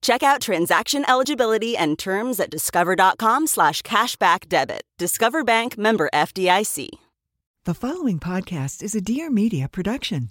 Check out transaction eligibility and terms at discover.com slash cashback debit. Discover Bank member FDIC. The following podcast is a Dear Media production.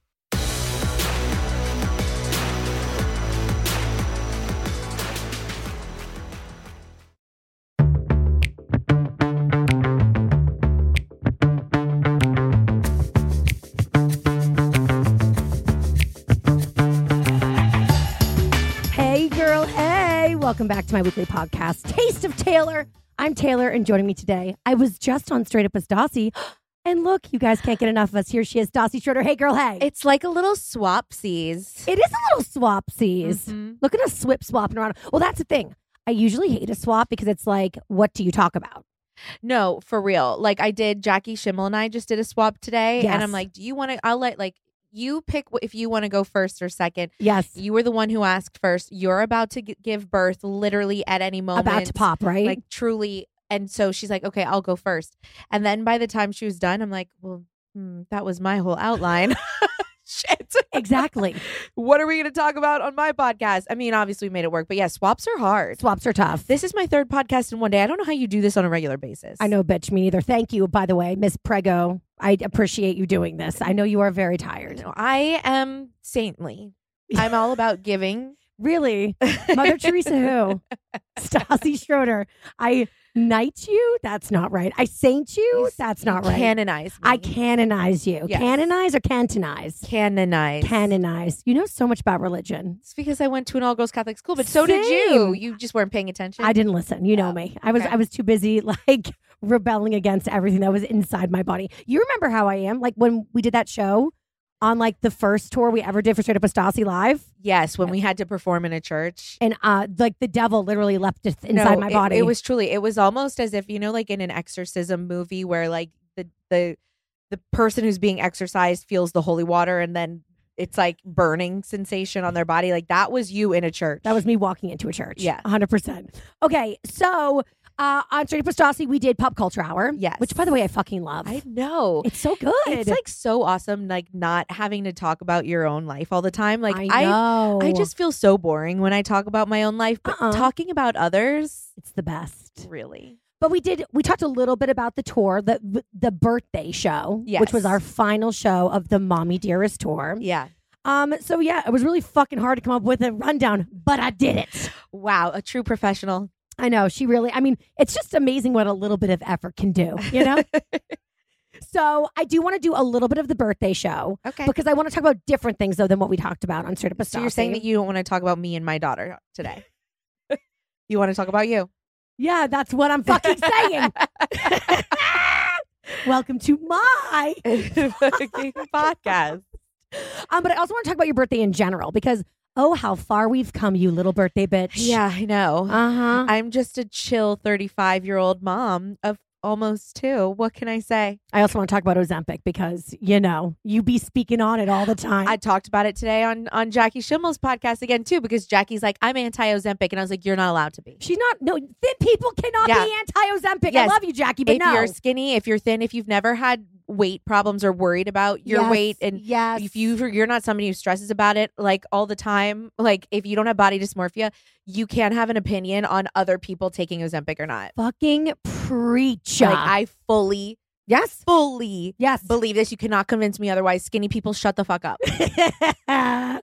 Hey, girl, hey. Welcome back to my weekly podcast, Taste of Taylor. I'm Taylor, and joining me today, I was just on Straight Up with Dossie. And look, you guys can't get enough of us. Here she is, Dossie Schroeder. Hey, girl, hey. It's like a little swapsies. it is a little swapsies. Mm-hmm. Look at us swip swapping around. Well, that's the thing. I usually hate a swap because it's like, what do you talk about? No, for real. Like I did Jackie Schimmel and I just did a swap today Yes. and I'm like, "Do you want to I'll let like you pick wh- if you want to go first or second. Yes. You were the one who asked first. You're about to g- give birth literally at any moment. About to pop, eh?" right? Like truly. And so she's like, "Okay, I'll go first. And then by the time she was done, I'm like, "Well, hmm, that was my whole outline." Shit. exactly. What are we going to talk about on my podcast? I mean, obviously we made it work, but yeah, swaps are hard. Swaps are tough. This is my third podcast in one day. I don't know how you do this on a regular basis. I know, bitch, me neither. Thank you, by the way, Miss Prego. I appreciate you doing this. I know you are very tired. No, I am saintly. I'm all about giving. Really? Mother Teresa who? Stassi Schroeder. I knight you? That's not right. I saint you? You- That's you not right. Canonize. I me. canonize you. Yes. Canonize or cantonize? Canonize. Canonize. You know so much about religion. It's because I went to an all girls Catholic school, but so did Same. you. You just weren't paying attention. I didn't listen. You know Oh, me. I was okay. I was too busy like rebelling against everything that was inside my body. You remember how I am? Like when we did that show on like the first tour we ever did for Straight Up with Stassi Live, Yes, when we had to perform in a church. and uh like the devil literally leapt inside No, my it- body. It, was truly. It was almost as if you know, like in an exorcism movie, where like the the the person who's being exorcised feels the holy water, and then it's like burning sensation on their body. Like that was you in a church. That was me walking into a church. Yeah. 100%. Okay. So uh, on Straight Up with Stassi, we did Pop Culture Hour. Yes. Which, by the way, I fucking love. I know. it's so good. It's like so awesome, like not having to talk about your own life all the time. Like I I, know. I, just feel so boring when I talk about my own life, but Uh-uh. talking about others, it's the best. really, But we did, we talked a little bit about the tour, the the birthday show, which Yes. was our final show of the Mommy Dearest tour. yeah. Um. So, yeah, it was really fucking hard to come up with a rundown, but I did it. Wow, a true professional. I know. She really, I mean, it's just amazing what a little bit of effort can do, you know? so, I do want to do a little bit of the birthday show. Okay, because I want to talk about different things though than what we talked about on Straight Up with so you're saying Stassi. that you don't want to talk about me and my daughter today. you want to talk about you? yeah, that's what I'm fucking saying. Welcome to my. Fucking podcast. Um, but I also want to talk about your birthday in general because oh, how far we've come, you little birthday bitch. Um, Yeah, I know. Uh huh. I'm just a chill 35 year old mom of almost two. What can I say? I also want to talk about Ozempic because, you know, you be speaking on it all the time. I talked about it today on on Jackie Schimmel's podcast again too, because Jackie's like, I'm anti Ozempic, and I was like, you're not allowed to be. She's not, no, thin people cannot Yeah. be anti Ozempic. I Yes. love you, Jackie, but if no. you're skinny, if you're thin, if you've never had weight problems or worried about your Yes, weight and yes. if you you're not somebody who stresses about it like all the time, like if you don't have body dysmorphia, you can't have an opinion on other people taking Ozempic or not. fucking preach. Like I fully yes. fully Yes. believe this. You cannot convince me otherwise. Skinny people shut the fuck up. I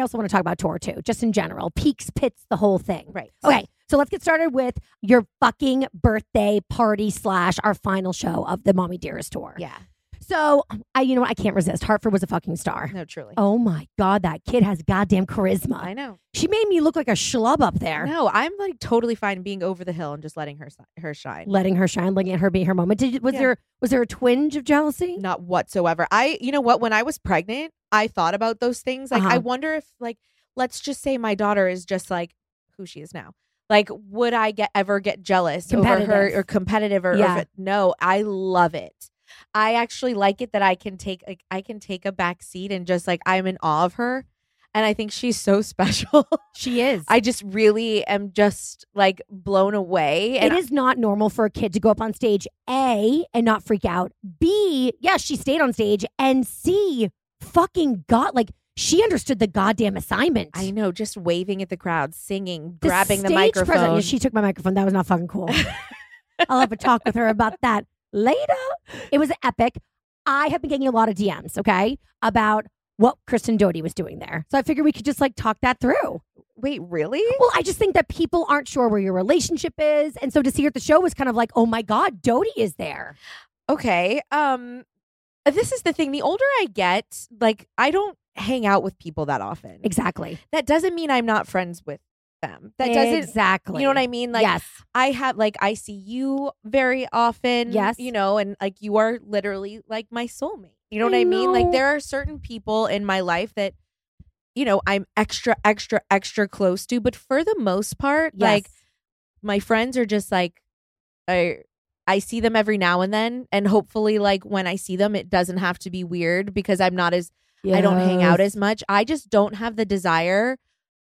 also want to talk about tour too, just in general. Peaks, pits, the whole thing. Right. Okay. So let's get started with your fucking birthday party slash our final show of the Mommy Dearest tour. Yeah. So I, you know what? I can't resist. Hartford was a fucking star. No, truly. Oh my God, that kid has goddamn charisma. I know. She made me look like a schlub up there. No, I'm like totally fine being over the hill and just letting her si- her shine. Letting her shine, looking at her be her moment. Did, was Yeah. there was there a twinge of jealousy? Not whatsoever. I, you know what? When I was pregnant, I thought about those things. Like, I Uh-huh. wonder if, like, let's just say my daughter is just like who she is now. Like, would I get ever get jealous over her Competitive. or competitive or, or Yeah. if- no? I love it. I actually like it that I can take like I can take a back seat and just like I'm in awe of her, and I think she's so special. She is. I just really am just like blown away. it And is not normal for a kid to go up on stage A and not freak out. B, yes, she stayed on stage, and C, fucking got like she understood the goddamn assignment. I know, just waving at the crowd, singing, The grabbing the stage microphone. presence- yeah, she took my microphone. That was not fucking cool. I'll have a talk with her about that later. It was epic. I have been getting a lot of DMs, okay, about what Kristen Doty was doing there. So I figured we could just like talk that through. Wait, really? Well, I just think that people aren't sure where your relationship is. And so to see her at the show was kind of like, oh my God, Doty is there. Okay. Um this is the thing. The older I get, like I don't hang out with people that often. Exactly. That doesn't mean I'm not friends with them. That doesn't exactly. you know what I mean? Like yes, I have like I see you very often. Yes. You know, and like you are literally like my soulmate. You know what I I mean? know. Like there are certain people in my life that, you know, I'm extra, extra, extra close to. But for the most part, yes. like my friends are just like I I see them every now and then. And hopefully like when I see them, it doesn't have to be weird because I'm not as I don't hang out as much. I just don't have the desire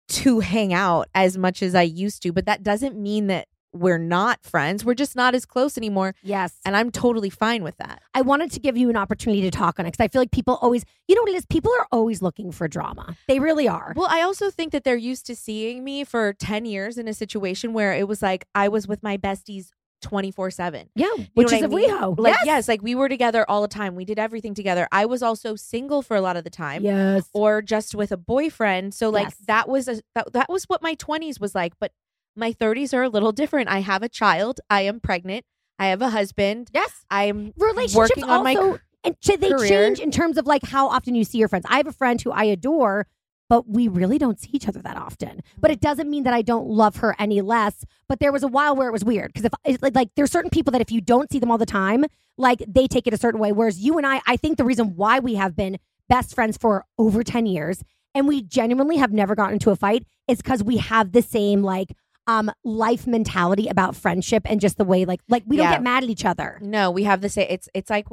to hang out as much as I used to. But that doesn't mean that we're not friends. We're just not as close anymore. yes. And And I'm totally fine with that. I wanted to give you an opportunity to talk on it because I feel like people always, you know what it is? People are always looking for drama. They really are. Well, I also think that they're used to seeing me for 10 years in a situation where it was like I was with my besties 24 7. yeah, You which know is what I mean? a WeHo. Like, yes. yes. like we were together all the time. We did everything together. I was also single for a lot of the time. Yes. Or just with a boyfriend. So like Yes. that was a that, that was what my twenties was like. But my thirties are a little different. I have a child. I am pregnant. I have a husband. yes. I'm Relationships working on my also, cr- and ch- they career. change in terms of like how often you see your friends. I have a friend who I adore, but we really don't see each other that often. But it doesn't mean that I don't love her any less. But there was a while where it was weird because if it's like, like there's certain people that if you don't see them all the time, like they take it a certain way. Whereas you and I, I think the reason why we have been best friends for over ten years and we genuinely have never gotten into a fight is because we have the same like um life mentality about friendship and just the way like like we don't Yeah. get mad at each other. No, we have the same it's it's like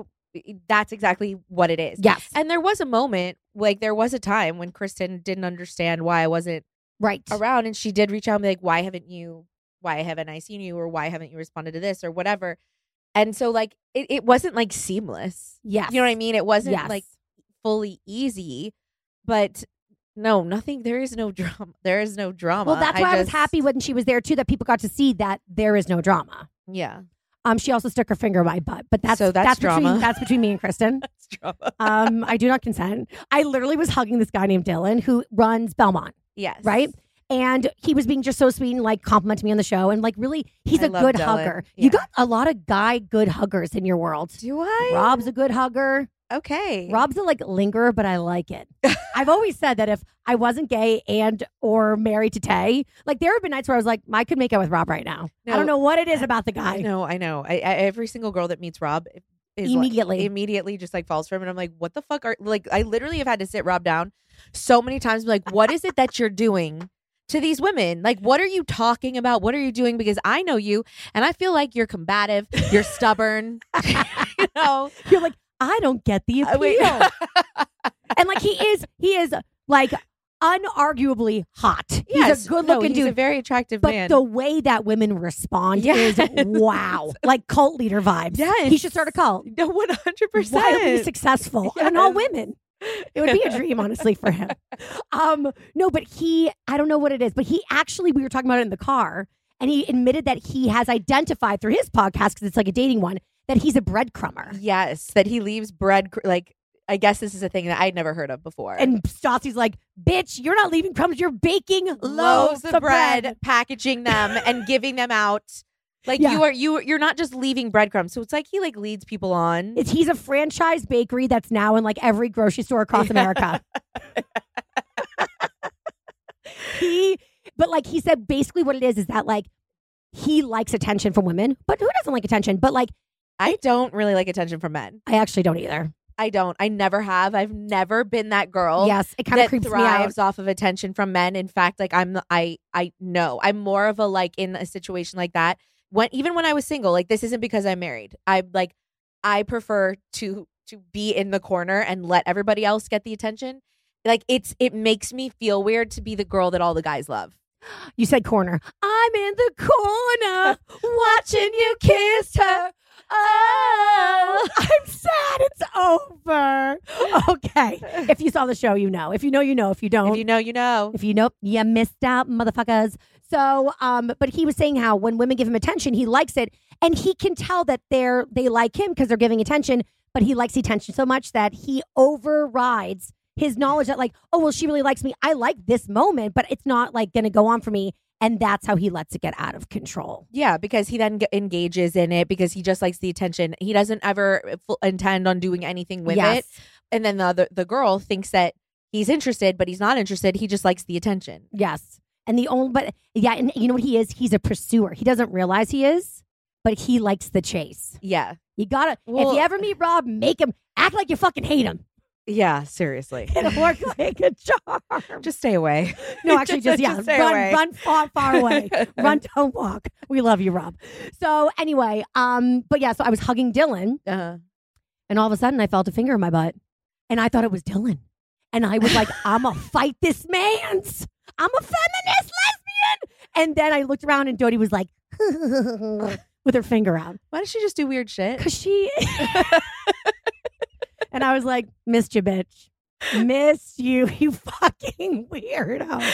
that's exactly what it is. Yes. And there was a moment, like there was a time when Kristen didn't understand why I wasn't Right. around and she did reach out and be like why haven't you why haven't i seen you or why haven't you responded to this or whatever and so like it, it wasn't like seamless Yes. you know what i mean it wasn't Yes. like fully easy but no nothing there is no drama there is no drama Well, that's why I, was just- happy when she was there too, that people got to see that there is no drama. yeah Um, she also stuck her finger in my butt, but that's So that's Between, drama. that's between me and Kristen. it's drama Um, I do not consent. I literally was hugging this guy named Dylan who runs Belmont, yes right? And he was being just so sweet and like complimenting me on the show, and like really, he's I a love good Dylan. hugger. Yeah. You got a lot of guy good huggers in your world. do i Rob's a good hugger. okay Rob's a like lingerer, but I like it. I've always said that if I wasn't gay and or married to Tay, like there have been nights where I was like, I could make out with Rob right now. I No. don't know what it is about the guy. i know i know I, I every single girl that meets rob is like- Immediately, immediately just like falls for him and I'm like, what the fuck are like I literally have had to sit Rob down so many times I'm like, what is it that you're doing to these women. Like, what are you talking about? What are you doing? Because I know you and I feel like you're combative, you're stubborn. you know, You're like, I don't get the Uh, appeal. wait. and like he is, he is like unarguably hot. Yes. he's a good No, looking he's dude. a very attractive but man. the way that women respond Yes. is wow, like cult leader vibes. Yes. he should start a cult. no, one hundred Wildly percent. successful and all Yes. women. It would be a dream, honestly, for him. Um, no, but he, I don't know what it is, but he actually, we were talking about it in the car, and he admitted that he has identified through his podcast, because it's like a dating one, that he's a breadcrumber. Yes, that he leaves bread. cr- Like, I guess this is a thing that I'd never heard of before. And Stassi's like, bitch, you're not leaving crumbs, you're baking loaves of bread, packaging them and giving them out. Like Yeah. you are you you're not just leaving breadcrumbs. So it's like he like leads people on. It's, he's a franchise bakery that's now in like every grocery store across America. he, but like he said, basically what it is is that like he likes attention from women, but who doesn't like attention? But like, I don't really like attention from men. I actually don't either. I don't. I never have. I've never been that girl. yes, it kind of That creeps thrives me out. off of attention from men. In fact, like I'm, the, I, I know I'm more of a like in a situation like that. When even when I was single, like this isn't because I'm married. I like, I prefer to to be in the corner and let everybody else get the attention. Like it's it makes me feel weird to be the girl that all the guys love. You said corner. I'm in the corner watching you kiss her. Oh, I'm sad. It's over. Okay. If you saw the show, you know. If you know, you know. If you don't, If you know, you know. If you nope, you missed out, motherfuckers. So, um, but he was saying how when women give him attention, he likes it, and he can tell that they're they like him because they're giving attention. But he likes the attention so much that he overrides his knowledge that like, oh well, she really likes me. I like this moment, but it's not like going to go on for me, and that's how he lets it get out of control. Yeah, because he then g- engages in it because he just likes the attention. He doesn't ever f- intend on doing anything with yes. it. and then the other the girl thinks that he's interested but he's not interested he just likes the attention Yes. And the only, but yeah, and you know what he is? He's a pursuer. He doesn't realize he is, but he likes the chase. yeah You gotta, if Well- you ever meet Rob, make him act like you fucking hate him. yeah seriously It'll work like a charm. just stay away no, actually, just, yeah, just stay run, away. run far, far away. run, don't walk. We love you, Rob. So anyway, um, but yeah, so I was hugging Dylan, uh-huh. and all of a sudden, I felt a finger in my butt, and I thought it was Dylan, and I was like, "I'm gonna fight this man's. I'm a feminist lesbian." And then I looked around, and Dodie was like, with her finger out, why does she just do weird shit cause she. and I was like, "Missed you, bitch. Missed you, you fucking weirdo."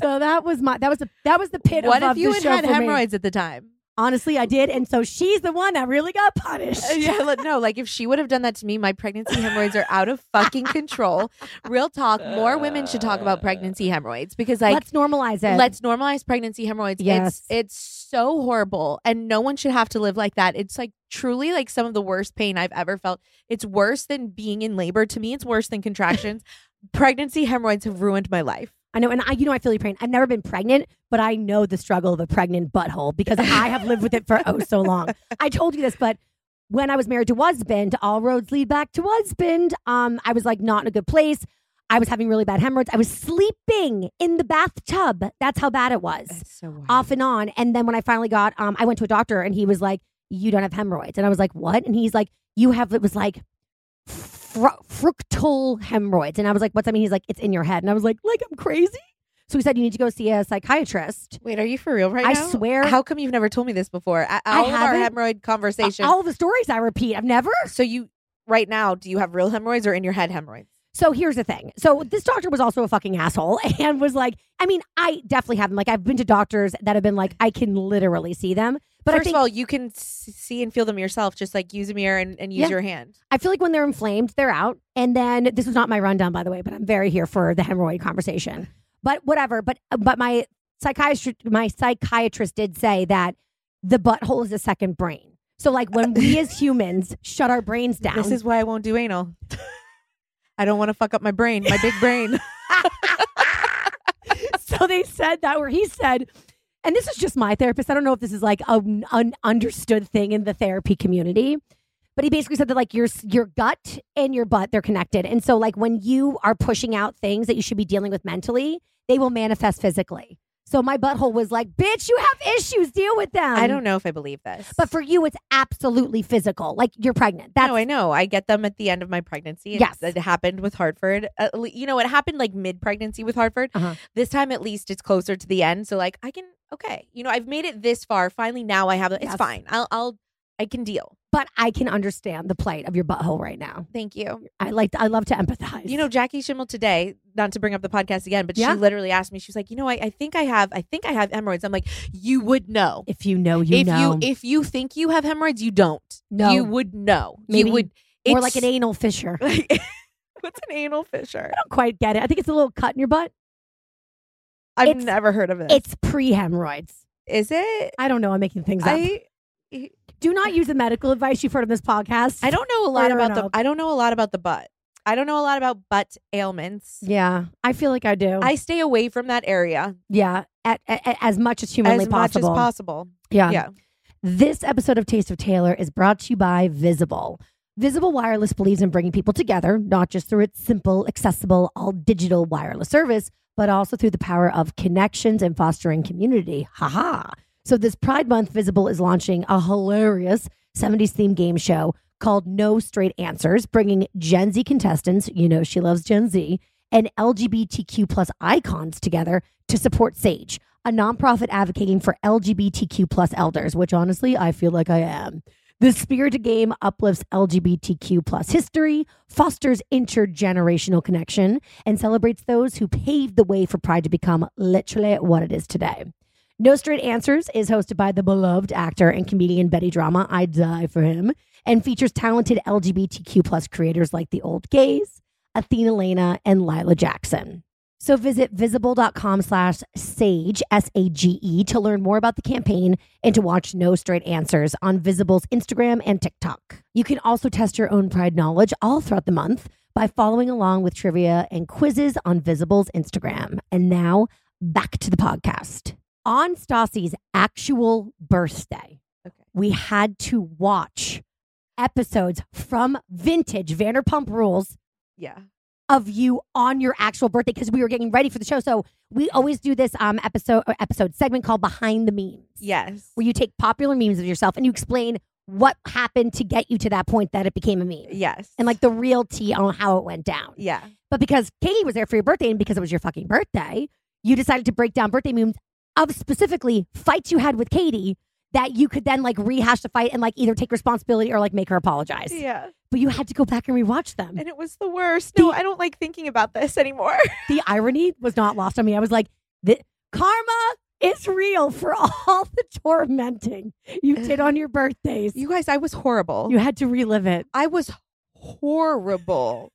so that was my that was the that was the pit what of, if of you the had show had for me. hemorrhoids at the time Honestly, I did, and so she's the one that really got punished. Uh, yeah like, no like if she would have done that to me my pregnancy hemorrhoids are out of fucking control real talk more women should talk about pregnancy hemorrhoids because like let's normalize it. Let's normalize pregnancy hemorrhoids. Yes. It's it's so horrible and no one should have to live like that. It's like truly like some of the worst pain I've ever felt. It's worse than being in labor. To me, it's worse than contractions. pregnancy hemorrhoids have ruined my life. I know, and I, you know, I feel your pain. I've never been pregnant, but I know the struggle of a pregnant butthole because I have lived with it for oh so long. I told you this, but when I was married to husband, all roads lead back to husband. Um, I was like not in a good place. I was having really bad hemorrhoids. I was sleeping in the bathtub. That's how bad it was. so wild. off and on. And then when I finally got, um, I went to a doctor and he was like, "You don't have hemorrhoids," and I was like, "What?" And he's like, "You have." It was like fr- fructal hemorrhoids, and I was like, "What's that mean?" He's like, "It's in your head," and I was like, "Like I'm crazy." So he said, "You need to go see a psychiatrist." Wait, are you for real right I now? swear- How come you've never told me this before? A- I All of our haven't. hemorrhoid conversation. All the stories I repeat, I've never. so you right now, do you have real hemorrhoids or in your head hemorrhoids? So here's the thing. So this doctor was also a fucking asshole and was like, I mean, I definitely have them. Like I've been to doctors that have been like, I can literally see them. But I First think, of all, you can s- see and feel them yourself. Just like use a mirror and, and use Yeah. your hand. I feel like when they're inflamed, they're out. And then this was not my rundown, by the way, but I'm very here for the hemorrhoid conversation. But whatever. But but my psychiatrist my psychiatrist did say that the butthole is a second brain. So like when we as humans shut our brains down, This is why I won't do anal. I don't want to fuck up my brain, my big Um, brain. so they said that where he said and this is just my therapist i don't know if this is like an un- understood thing in the therapy community But he basically said that like your s- your gut and your butt they're connected, and so like when you are pushing out things that you should be dealing with mentally, they will manifest physically. So my butthole was like, "Bitch, you have issues. Deal with them." I don't know if I believe this. But for you, it's absolutely physical. Like you're pregnant. That's no, I know. I get them at the end of my pregnancy. and Yes. It happened with Hartford. At le- you know, it happened like mid pregnancy with Hartford. Uh-huh. This time, at least, it's closer to the end. So, like, I can, okay. You know, I've made it this far. Finally, now I have it. It's Yes. fine. I'll, I'll, I can deal. but I can understand the plight of your butthole right now. Thank you. I like I love to empathize. You know, Jackie Schimmel today, not to bring up the podcast again, but Yeah. she literally asked me, she was like, you know, I, I think I have, I think I have hemorrhoids. I'm like, you would know. if you know, you if know. you if you think you have hemorrhoids, you don't. No. You would know. Maybe you would or it's- like an anal fissure. I Like, what's an anal fissure? don't quite get it. I think it's a little cut in your butt. I've It's- never heard of it. It's pre-hemorrhoids. Is it? I don't know. I'm making things up. I Do not use the medical advice you've heard on this podcast. I don't know a lot I don't about the know. I don't know a lot about the butt. I don't know a lot about butt ailments. Yeah, I feel like I do. I stay away from that area yeah, at, at- as much as humanly as much as possible. possible. yeah. yeah. This episode of Taste of Taylor is brought to you by Visible. Visible Wireless believes in bringing people together, not just through its simple, accessible, all digital wireless service, but also through the power of connections and fostering community. Haha. So this Pride Month, Visible is launching a hilarious 70s themed game show called No Straight Answers, bringing Gen Z contestants, you know she loves Gen Z, and LGBTQ plus icons together to support SAGE, a nonprofit advocating for LGBTQ plus elders, which honestly I feel like I am. The spirited game uplifts LGBTQ plus history, fosters intergenerational connection, and celebrates those who paved the way for Pride to become literally what it is today. No Straight Answers is hosted by the beloved actor and comedian Betty Drama. I die for him. And features talented LGBTQ plus creators like The Old Gays, Athena Lena, and Lila Jackson. So visit visible.com slash sage, S A G E, to learn more about the campaign and to watch No Straight Answers on Visible's Instagram and TikTok. You can also test your own pride knowledge all throughout the month by following along with trivia and quizzes on Visible's Instagram. And now back to the podcast. On Stassi's actual birthday, Okay. we had to watch episodes from vintage Vanderpump Rules Yeah. of you on your actual birthday because we were getting ready for the show. So we always do this um episode or episode segment called Behind the Memes. Yes. Where you take popular memes of yourself and you explain what happened to get you to that point that it became a meme. yes. And like the real tea on how it went down. yeah. But because Katie was there for your birthday and because it was your fucking birthday, you decided to break down birthday memes of specifically fights you had with Katie that you could then like rehash the fight and like either take responsibility or like make her apologize. Yeah. But you had to go back and rewatch them. And it was the worst. No, The- I don't like thinking about this anymore. the irony was not lost on me. I was like, the, karma is real for all the tormenting you did on your birthdays. you guys, I was horrible. You had to relive it. I was horrible.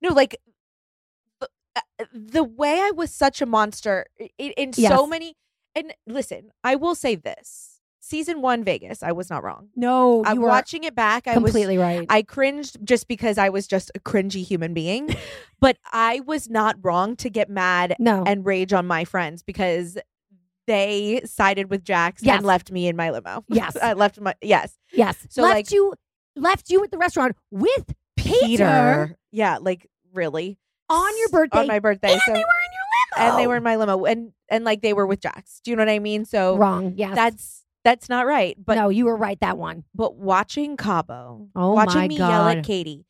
No, like the, uh, the way I was such a monster i- in, in so Yes. many. And listen, I will say this: season one Vegas, I was not wrong. No, I'm Oh, you were watching it back. I was. completely right. I cringed just because I was just a cringy human being, but I was not wrong to get mad no, and rage on my friends because they sided with Jax Yes. and left me in my limo. Yes. I left my yes, yes. so, left like- you, left you at the restaurant with Peter, Yeah, like really on your birthday, on my birthday. and so- they were in your limo, and they were in my limo and and like they were with Jax. Do you know what I mean? So wrong. Yes, Oh, that's that's not right. But no, you were right that one. but watching Cabo, Oh watching my me yell at God. Katie,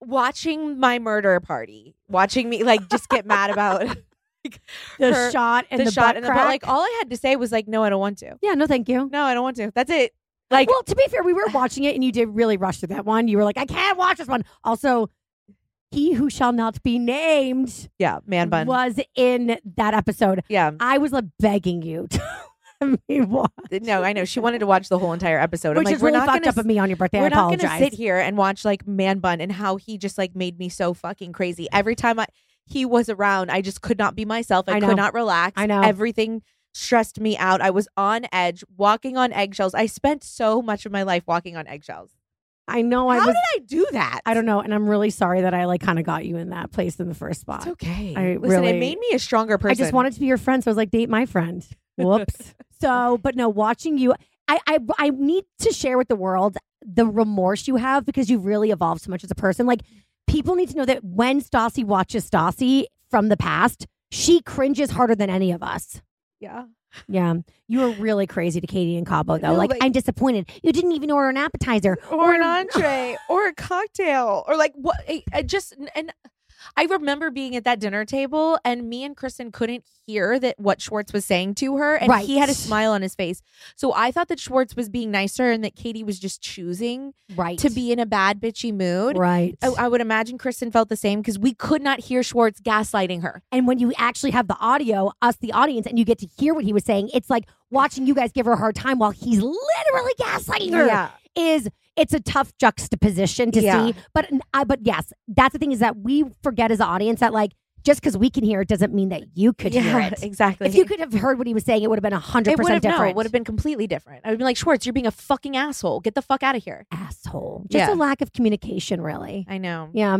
watching my murder party, watching me like just get mad about The her- shot and the, shot butt and the crack. butt. Like all I had to say was like, no, I don't want to. yeah, no, thank you. No, I don't want to. That's it. Like well, to be fair, we were watching it and you did really rush through that one. You were like, I can't watch this one. Also, he who shall not be named yeah, man bun. was in that episode. Yeah. I was like begging you to let me watch, No, I know. She wanted to watch the whole entire episode. which I'm like, is we're really not fucked gonna up at me on your birthday. I We're not apologize. gonna sit here and watch like Man Bun and how he just like made me so fucking crazy. Every time I he was around, I just could not be myself. I, I know. could not relax. I know. Everything stressed me out. I was on edge, walking on eggshells. I spent so much of my life walking on eggshells. I know. Oh, I how was. did I do that? I don't know, and I'm really sorry that I like kind of got you in that place in the first spot. It's okay. I Listen, it really- made me a stronger person. I just wanted to be your friend, so I was like, date my friend. Whoops. so, but no, watching you, I, I I need to share with the world the remorse you have because you've really evolved so much as a person. Like people need to know that when Stassi watches Stassi from the past, she cringes harder than any of us. Yeah. Yeah, you were really crazy to Katie and Cabo though. No, like but- I'm disappointed. You didn't even order an appetizer or an entree or a cocktail or like what I, I just and I remember being at that dinner table and me and Kristen couldn't hear that what Schwartz was saying to her and he had a Right. smile on his face. So I thought that Schwartz was being nicer and that Katie was just choosing right to be in a bad bitchy mood. right. I, I would imagine Kristen felt the same because we could not hear Schwartz gaslighting her. and when you actually have the audio, us the audience, and you get to hear what he was saying, it's like watching you guys give her a hard time while he's literally gaslighting her. is it's a tough juxtaposition to Yeah. see. But I but yes, that's the thing is that we forget as an audience that like just because we can hear it doesn't mean that you could hear yeah, it. exactly. If you could have heard what he was saying, it would have been hundred it would percent have no, different. it would have been completely different. I would be like, Schwartz, you're being a fucking asshole. Get the fuck out of here. asshole. Just Yeah. a lack of communication, really. I know. Yeah.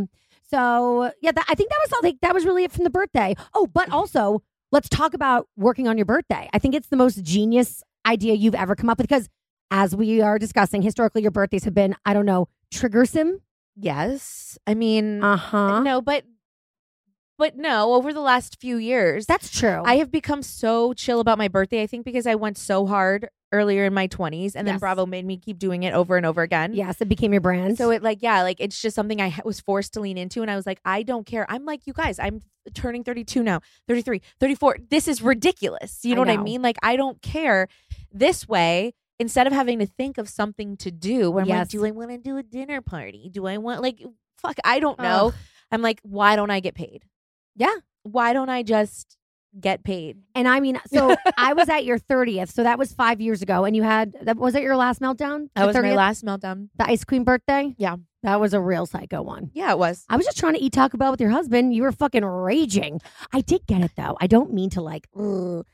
So yeah, that, I think that was all. Like, that was really it from the birthday. Oh, but also let's talk about working on your birthday. I think it's the most genius idea you've ever come up with because, as we are discussing, historically your birthdays have been I don't know triggersome. Yes. I mean, Uh huh. no, but but no, over the last few years, That's true. I have become so chill about my birthday. I think because I went so hard earlier in my 20s and then Yes. Bravo made me keep doing it over and over again. Yes, it became your brand. So it like yeah, like it's just something I ha- was forced to lean into and I was like I don't care. I'm like you guys, I'm turning 32 now, 33, 34. This is ridiculous. You I know, what I know. mean? Like I don't care. This way, instead of having to think of something to do, where I'm like Yes. do I want to do a dinner party? Do I want like fuck, I don't know. I'm like why don't I get paid? Yeah. Why don't I just get paid? and I mean, so I was at your thirtieth. So that was five years ago, and you had that was it your last meltdown. That The was my 30th? last meltdown. the ice cream birthday. Yeah. that was a real psycho one. Yeah, it was. I was just trying to eat Taco Bell with your husband. You were fucking raging. I did get it though. I don't mean to like. ugh.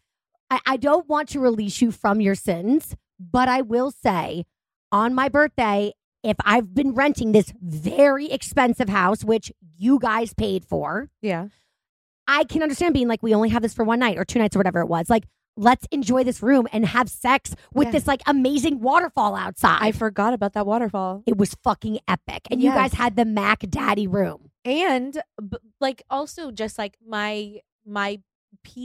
I, I don't want to release you from your sins, but I will say, on my birthday, if I've been renting this very expensive house, which you guys paid for, Yeah. I can understand being like, we only have this for one night or two nights or whatever it was. Like, let's enjoy this room and have sex with Yeah. this like amazing waterfall outside. I forgot about that waterfall. it was fucking epic. And you Yes. guys had the Mac Daddy room. and b- like also just like my my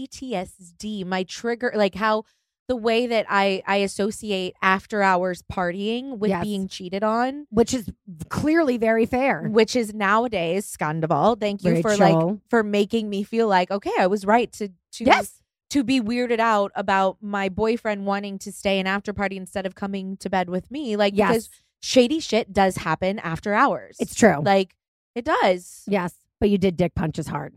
PTSD, my trigger, like how the way that I I associate after hours partying with Yes. being cheated on, Which is clearly very fair. which is nowadays Scandaval. Thank you for like Rachel. for making me feel like okay, I was right to to yes, to be weirded out about my boyfriend wanting to stay an after party instead of coming to bed with me. Like yes, because shady shit does happen after hours. it's true. like it does. yes, but you did dick punches hard.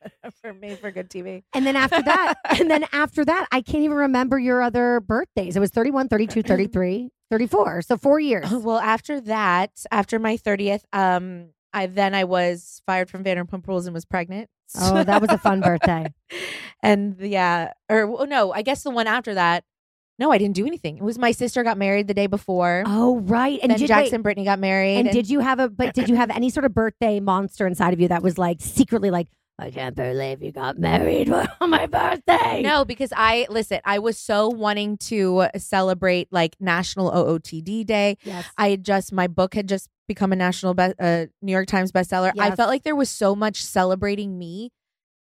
for me for good TV. And then after that, and then after that, I can't even remember your other birthdays. It was 31, 32, 33, 34. So four years. Well, after that, after my 30th, um, I then I was fired from Vanderpump Rules and was pregnant. Oh, that was a fun birthday. and yeah, or well, no, I guess the one after that. No, I didn't do anything. It was my sister got married the day before. Oh, right. And then did, wait, Jackson Brittany got married. And did you have a but did you have any sort of birthday monster inside of you that was like secretly like I can't believe you got married on my birthday? no, because I listen. I was so wanting to celebrate like National OOTD Day. Yes. I had just my book had just become a national best, uh, New York Times bestseller. I Yes. felt like there was so much celebrating me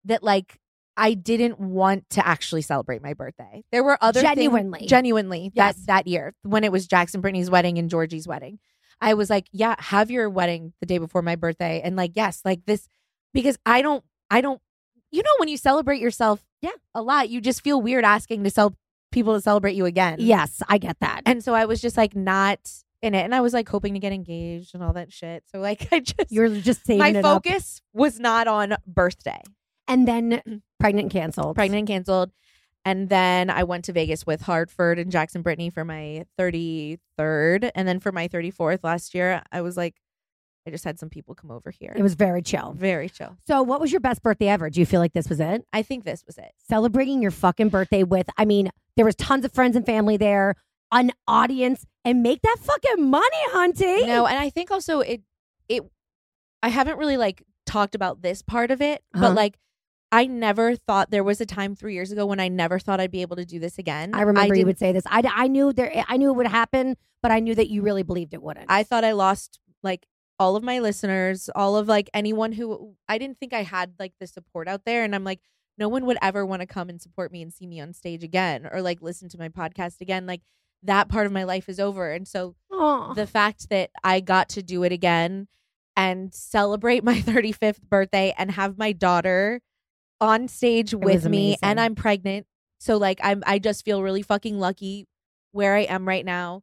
that like I didn't want to actually celebrate my birthday. There were other things- Genuinely. genuinely Yes. that that year when it was Jackson Brittany's wedding and Georgie's wedding. I was like, yeah, have your wedding the day before my birthday, and like yes, like this because I don't, I don't. You know, when you celebrate yourself, Yeah. a lot, you just feel weird asking to sell people to celebrate you again. yes, I get that. And so I was just like not in it. And I was like hoping to get engaged and all that shit. So like I just You're just saving my it up. focus was not on birthday. And then pregnant canceled. Pregnant and canceled. And then I went to Vegas with Hartford and Jackson Brittany for my 33rd. And then for my 34th last year, I was like, I just had some people come over here. It was very chill. very chill. So what was your best birthday ever? Do you feel like this was it? I think this was it. Celebrating your fucking birthday with I mean, there was tons of friends and family there, an audience, and make that fucking money, hunty. No, and I think also it it I haven't really like talked about this part of it, Uh-huh. but like I never thought there was a time three years ago when I never thought I'd be able to do this again. I remember you didn't- would say this. I, I knew there. I knew it would happen, but I knew that you really believed it wouldn't. I thought I lost like all of my listeners, all of like anyone who I didn't think I had like the support out there. And I'm like, no one would ever want to come and support me and see me on stage again or like listen to my podcast again. Like that part of my life is over. And so Aw. the fact that I got to do it again and celebrate my 35th birthday and have my daughter on stage with was me amazing. and I'm pregnant. So like I'm I just feel really fucking lucky where I am right now.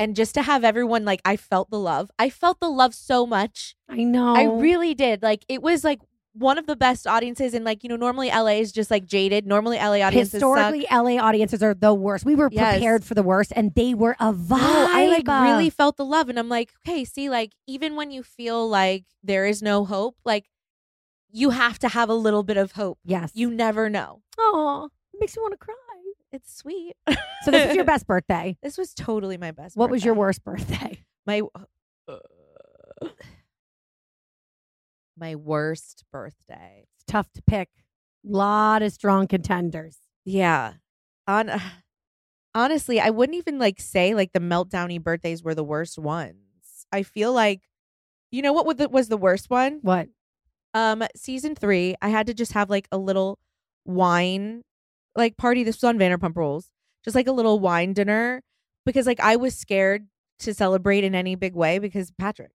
And just to have everyone like I felt the love. I felt the love so much. I know. I really did. Like it was like one of the best audiences and like you know normally LA is just like jaded. Normally LA audiences suck. historically LA audiences are the worst. We were Yes. prepared for the worst, and they were a vibe. No, I like uh really felt the love, and I'm like, okay, see, like even when you feel like there is no hope, like you have to have a little bit of hope. yes. You never know. oh, it makes me want to cry. It's sweet. So this is your best birthday. This was totally my best. What was your birthday. worst birthday? My my worst birthday. It's tough to pick. Lot of strong contenders. Yeah. On honestly, I wouldn't even like say like the meltdowny birthdays were the worst ones. I feel like you know what was the, was the worst one? What? um season three i had to just have like a little wine like party this was on vanderpump rules just like a little wine dinner because like i was scared to celebrate in any big way because patrick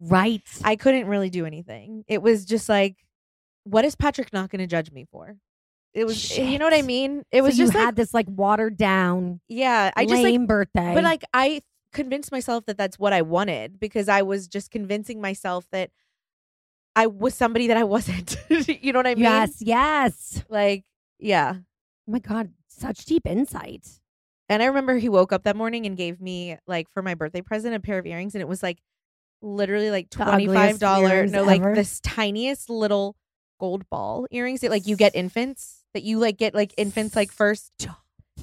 Right. i couldn't really do anything it was just like what is patrick not going to judge me for it was you know what i Shit. mean it was so just you like had this like watered down, yeah i just like lame birthday. but like I convinced myself that that's what I wanted because I was just convincing myself that I was somebody that I wasn't. you know what I mean? yes, yes. Like yeah. Oh my god, such deep insight. And I remember he woke up that morning and gave me like for my birthday present a pair of earrings and it was like literally like The ugliest $25 earrings no like ever. this tiniest little gold ball earrings that like you get infants that you like get like infants like first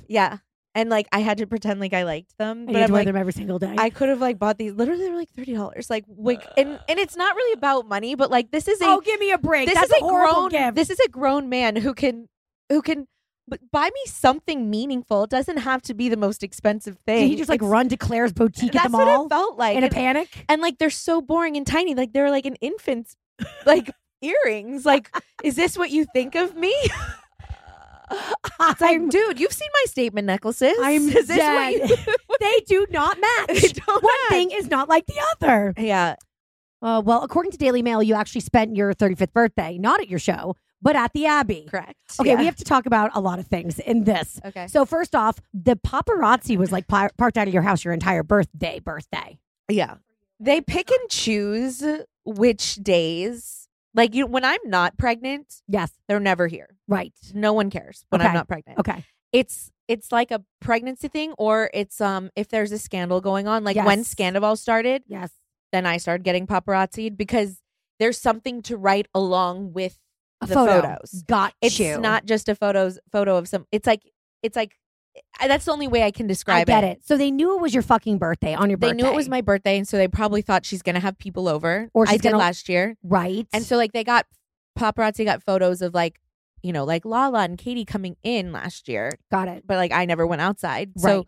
yeah and like I had to pretend like I liked them I but need I'm to wear like them every single day. I could have like bought these. Literally, they were like thirty dollars. Like, like, and and it's not really about money, but like this is a oh, give me a break. this That's is a horrible grown gift. this is a grown man who can who can b- buy me something meaningful. It doesn't have to be the most expensive thing. Did he just like It's- run to Claire's boutique That's at the what mall it felt like. in a And- panic? and like they're so boring and tiny. Like they're like an infant's like earrings. Like, is this what you think of me? It's like, I'm- dude, you've seen my statement necklaces. I'm is this what you- they do not They match. don't One match. thing is not like the other. Yeah, Uh, well, according to Daily Mail, you actually spent your 35th birthday not at your show, but at the Abbey. correct. Okay, Yeah. we have to talk about a lot of things in this. Okay. So first off, the paparazzi was like par- parked out of your house your entire birthday. Birthday. Yeah. They pick and choose which days. Like you when I'm not pregnant, Yes. they're never here. Right. No one cares when Okay. I'm not pregnant. Okay. It's it's like a pregnancy thing or it's um if there's a scandal going on. Like when Yes. Scandival started, Yes. then I started getting paparazzied because there's something to write along with A The photo. photos. Got it's you. not just a photos photo of some it's like it's like I, that's the only way I can describe I get it. So they knew it was your fucking birthday on your They birthday. knew it was my birthday and so they probably thought she's going to have people over. Or I she's did gonna- last year. right. And so like they got paparazzi got photos of like, you know, like Lala and Katie coming in last year, got it. but like I never went outside. Right. So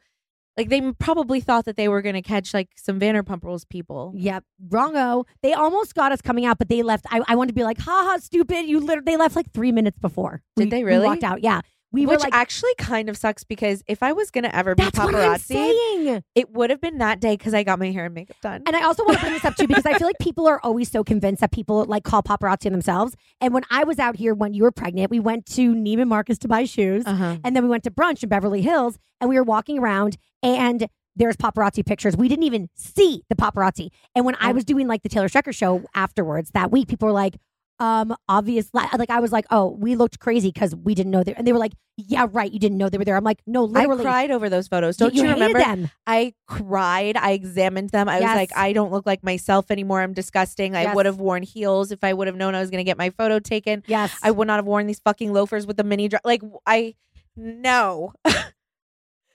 like they m- probably thought that they were going to catch like some Vanderpump Rules people. Yep. Wrongo. They almost got us coming out, but they left. I, I wanted to be like, haha, stupid. You literally, they left like three minutes before. Did we- they We really? walked out. Yeah. We which were like, actually kind of sucks because if I was going to ever be that's what I'm paparazzi, saying. it would have been that day because I got my hair and makeup done. And I also want to bring this up too because I feel like people are always so convinced that people like call paparazzi themselves. And when I was out here when you were pregnant, we went to Neiman Marcus to buy shoes. uh-huh. And then we went to brunch in Beverly Hills and we were walking around and there's paparazzi pictures. We didn't even see the paparazzi. And when Oh. I was doing like the Taylor Strecker show afterwards that week, people were like, um, obvious, li- like I was like, oh, we looked crazy because we didn't know they And they were like, yeah, right, you didn't know they were there. I'm like, no, I literally. cried over those photos. Y- Don't you, hated remember? them? I cried. I examined them. I Yes. was like, I don't look like myself anymore. I'm disgusting. I Yes. would have worn heels if I would have known I was going to get my photo taken. Yes, I would not have worn these fucking loafers with the mini dress. Like I, no,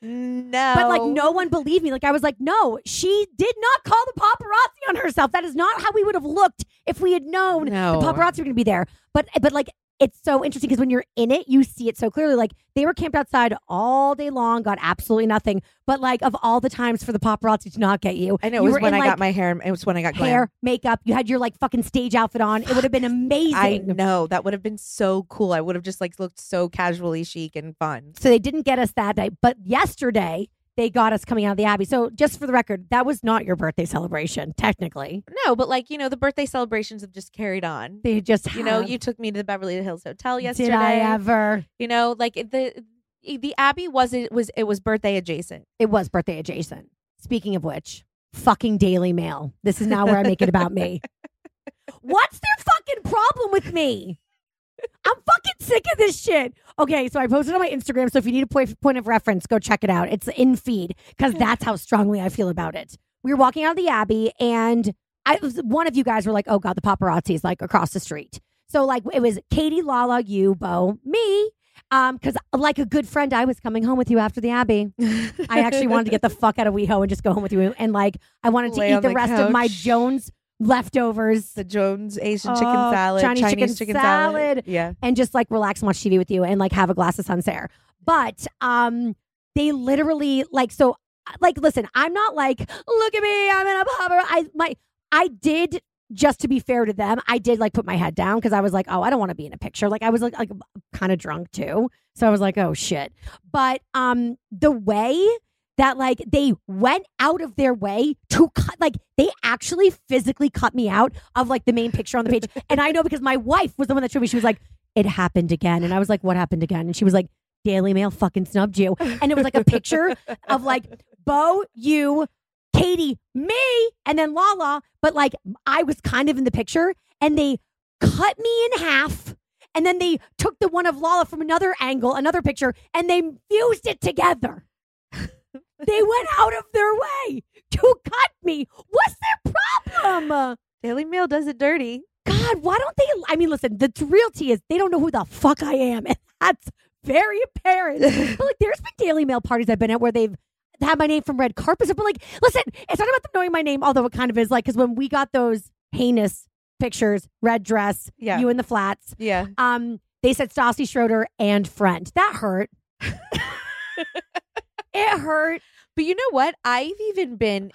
no. but like no one believed me. Like I was like, no, she did not call the paparazzi on herself. That is not how we would have looked if we had known no. the paparazzi were going to be there. But but like it's so interesting because when you're in it, you see it so clearly. Like they were camped outside all day long, got absolutely nothing. But like of all the times for the paparazzi to not get you, I know you it was were when in, I like, got my hair. and It was when I got glam. hair, makeup. You had your like fucking stage outfit on. It would have been amazing. I know that would have been so cool. I would have just like looked so casually chic and fun. So they didn't get us that day, but yesterday they got us coming out of the Abbey. So just for the record, that was not your birthday celebration, technically. No, but like you know, the birthday celebrations have just carried on. They just You know, have- you took me to the Beverly Hills Hotel yesterday. did I ever? You know, like it- the e, the Abbey was it was it was birthday adjacent. It was birthday adjacent. Speaking of which, fucking Daily Mail. This is now where I make it about me. What's their fucking problem with me? I'm fucking sick of this shit. Okay, so I posted on my Instagram. So if you need a point, point of reference, go check it out. It's in feed because that's how strongly I feel about it. We were walking out of the Abbey, and I was one of you guys were like, "Oh God, the paparazzi is like across the street." So like it was Katie, Lala, you, Bo, me, um, because like a good friend, I was coming home with you after the Abbey. I actually wanted to get the fuck out of WeHo and just go home with you. And like, I wanted to Lay eat on the, the rest of my couch. Jones leftovers the Jones Asian Oh, chicken salad, Chinese Chinese, chicken chicken, salad. salad. Yeah. and just like relax and watch TV with you and like have a glass of sunsair. But um, they literally like so like listen. I'm not like look at me. I'm in a popper. I my I did just to be fair to them. I did like put my head down because I was like, oh, I don't want to be in a picture. Like I was like, like kind of drunk too. So I was like, oh shit. But um, the way that like they went out of their way to cut like they actually physically cut me out of like the main picture on the page and i know because my wife was the one that showed me she was like it happened again and i was like what happened again and she was like daily mail fucking snubbed you and it was like a picture of like bo you katie me and then lala but like i was kind of in the picture and they cut me in half and then they took the one of lala from another angle another picture and they fused it together they went out of their way to cut me. What's their problem? Daily Mail does it dirty. God, why don't they? I mean, listen, the real tea is they don't know who the fuck I am. And that's very apparent. but like, there's been Daily Mail parties I've been at where they've had my name from red carpets. But like, listen, it's not about them knowing my name, although it kind of is like, because when we got those heinous pictures, red dress, Yeah. you in the flats, yeah. um, they said Stassi Schroeder and friend. That hurt. it hurt. But you know what? I've even been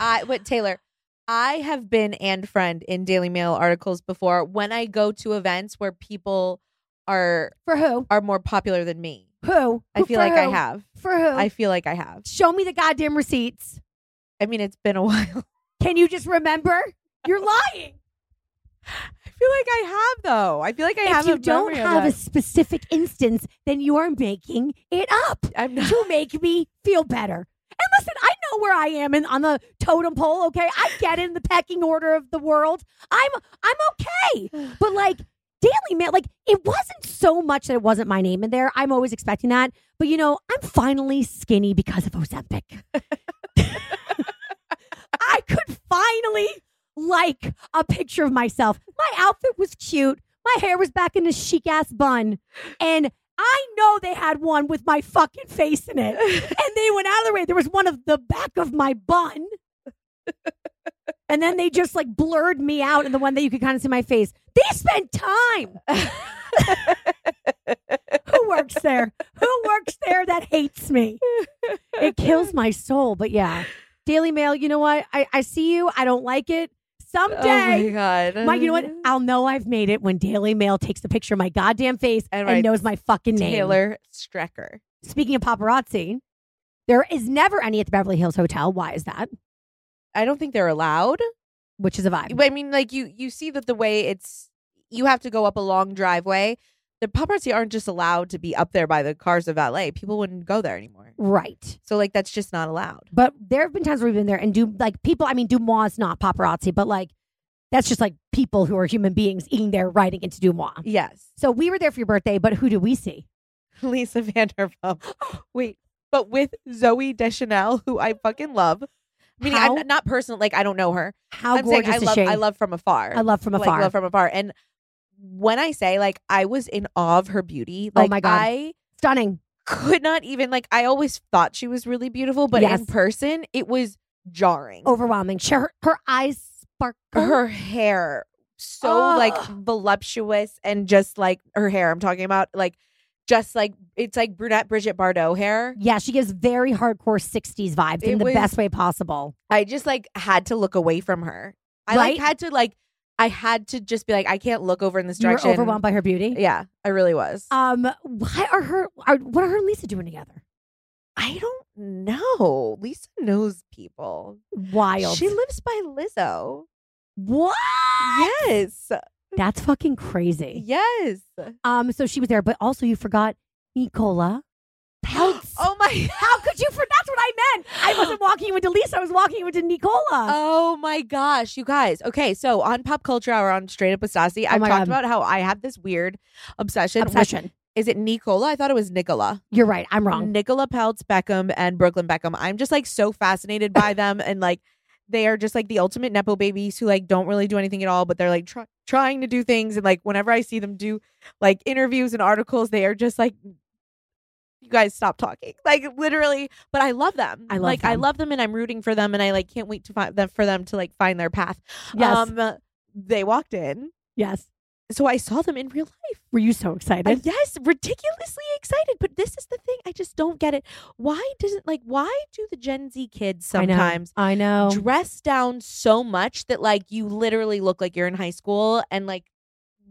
I what Taylor, I have been and friend in Daily Mail articles before when I go to events where people are For who? are more popular than me. Who? I Who feel for like I who? have. For who? I feel like I have. Show me the goddamn receipts. I mean, it's been a while. Can you just remember? You're lying. I feel like I have though. I feel like I have if a you don't memory of have a that. specific instance, then you are making it up I'm not to make me feel better. And listen, I know where I am in, on the totem pole. Okay, I get in the pecking order of the world. I'm I'm okay. But like Daily Mail, like it wasn't so much that it wasn't my name in there. I'm always expecting that. But you know, I'm finally skinny because of Ozempic. I could finally like a picture of myself. My outfit was cute. My hair was back in a chic ass bun. And I know they had one with my fucking face in it. And they went out of their way. There was one of the back of my bun. And then they just like blurred me out in the one that you could kind of see my face. They spent time. Who works there? Who works there that hates me? It kills my soul. But yeah, Daily Mail, you know what? I, I see you. I don't like it. Oh my Someday, god. my, you know what? I'll know I've made it when Daily Mail takes the picture of my goddamn face And and, writes knows my fucking name. Taylor Strecker. Speaking of paparazzi, there is never any at the Beverly Hills Hotel. Why is that? I don't think they're allowed. Which is a vibe. I mean, like you you see that the way it's you have to go up a long driveway. The paparazzi aren't just allowed to be up there by the cars of LA. People wouldn't go there anymore. Right. So like that's just not allowed. But there have been times where we've been there and do like people, I mean, Dumois is not paparazzi, but like that's just like people who are human beings eating there, riding into Dumois. Yes. So we were there for your birthday, but who did we see? Lisa Vanderpump. Wait, but with Zoe Deschanel, who I fucking love. I mean, How- I'm not personal. Like I don't know her. How I'm saying gorgeous I is love. she? I love from afar. I love from like, afar. love from afar. And when I say like I was in awe of her beauty. Oh Like, my God. I Stunning. could not even like I always thought she was really beautiful, but Yes. in person it was jarring. oh. Overwhelming. Sure, her, her eyes sparkle. her hair so like Ugh. voluptuous and just like her hair. I'm talking about like just like it's like brunette Bridget Bardot hair. Yeah, she gives very hardcore 60s vibes in It the was- best way possible. I just like had to look away from her. I Right? like had to like I had to just be like I can't look over in this You were direction. overwhelmed by her beauty. Yeah, I really was. Um, why are her? Are, what are her and Lisa doing together? I don't know. Lisa knows people. Wild. She lives by Lizzo. what? Yes. That's fucking crazy. Yes. Um, so she was there, but also you forgot Nicola Peltz. Oh my How could you? For that's what I meant. I wasn't walking you into Lisa. I was walking you into Nicola. Oh my gosh, you guys. Okay, so on Pop Culture Hour on Straight Up with Stassi, I've Oh my talked God. about how I have this weird obsession. Mm. with- Obsession. is it Nicola? I thought it was Nicola. You're right. I'm wrong. Mm-hmm. Nicola Peltz Beckham and Brooklyn Beckham. I'm just like so fascinated by them and like they are just like the ultimate Nepo babies who like don't really do anything at all, but they're like try- trying to do things. And like whenever I see them do like interviews and articles, they are just like, you guys stop talking. Like literally, but I love them. I love like I them. love them and I'm rooting for them and I like can't wait to find them for them to like find their path. Yes. Um, they walked in. yes. So I saw them in real life. Were you so Uh, excited? yes, ridiculously excited. But this is the thing. I just don't get it. Why doesn't like why do the Gen Z kids I know. Oh. sometimes I know. dress down so much that like you literally look like you're in high school and like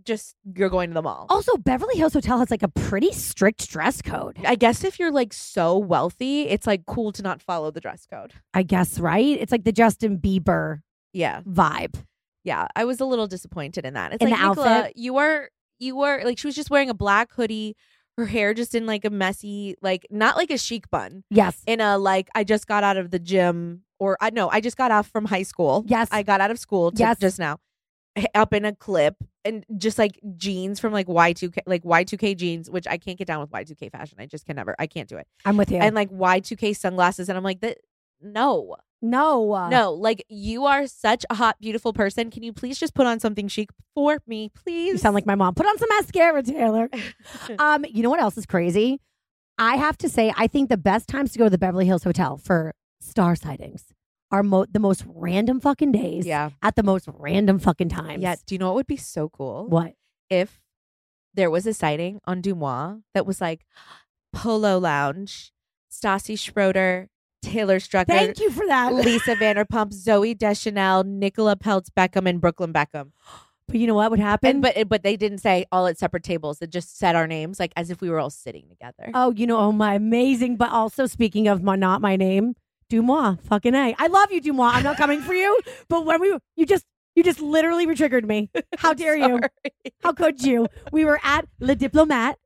just you're going to the mall. Also, Beverly Hills Hotel has like a pretty strict dress code. I guess if you're like so wealthy, it's like cool to not follow the dress code. I guess, right? It's like the Justin Bieber Yeah. vibe. Yeah. I was a little disappointed in that. It's In like the Nicola, outfit? you were you were like she was just wearing a black hoodie, her hair just in like a messy, like not like a chic bun. Yes. in a like I just got out of the gym or I no, I just got off from high school. Yes. I got out of school to Yes. just now. h- Up in a clip and just like jeans from like Y2K like Y2K jeans, which I can't get down with Y2K fashion. I just can never I can't do it. I'm with you. And like Y2K sunglasses and I'm like that no. no. uh, No, like you are such a hot beautiful person. Can you please just put on something chic for me, please? You sound like my mom. Put on some mascara, Taylor. Uh, um, you know what else is crazy? I have to say, I think the best times to go to the Beverly Hills Hotel for star sightings are mo- the most random fucking days Yeah. at the most random fucking times. Yeah, do you know what would be so cool? What? if there was a sighting on Dumois that was like Polo Lounge, Stassi Schroeder, Taylor Strucker, Thank you for that. Lisa Vanderpump, Zoe Deschanel, Nicola Peltz Beckham, and Brooklyn Beckham. But you know what would happen? And but but they didn't say all at separate tables. They just said our names like as if we were all sitting together. oh, you know, oh my amazing. But also speaking of my not my name, Dumois, fucking A. I love you, Dumois. I'm not coming for you. But when we you just you just literally triggered me. How dare you? Sorry. How could you? We were at Le Diplomat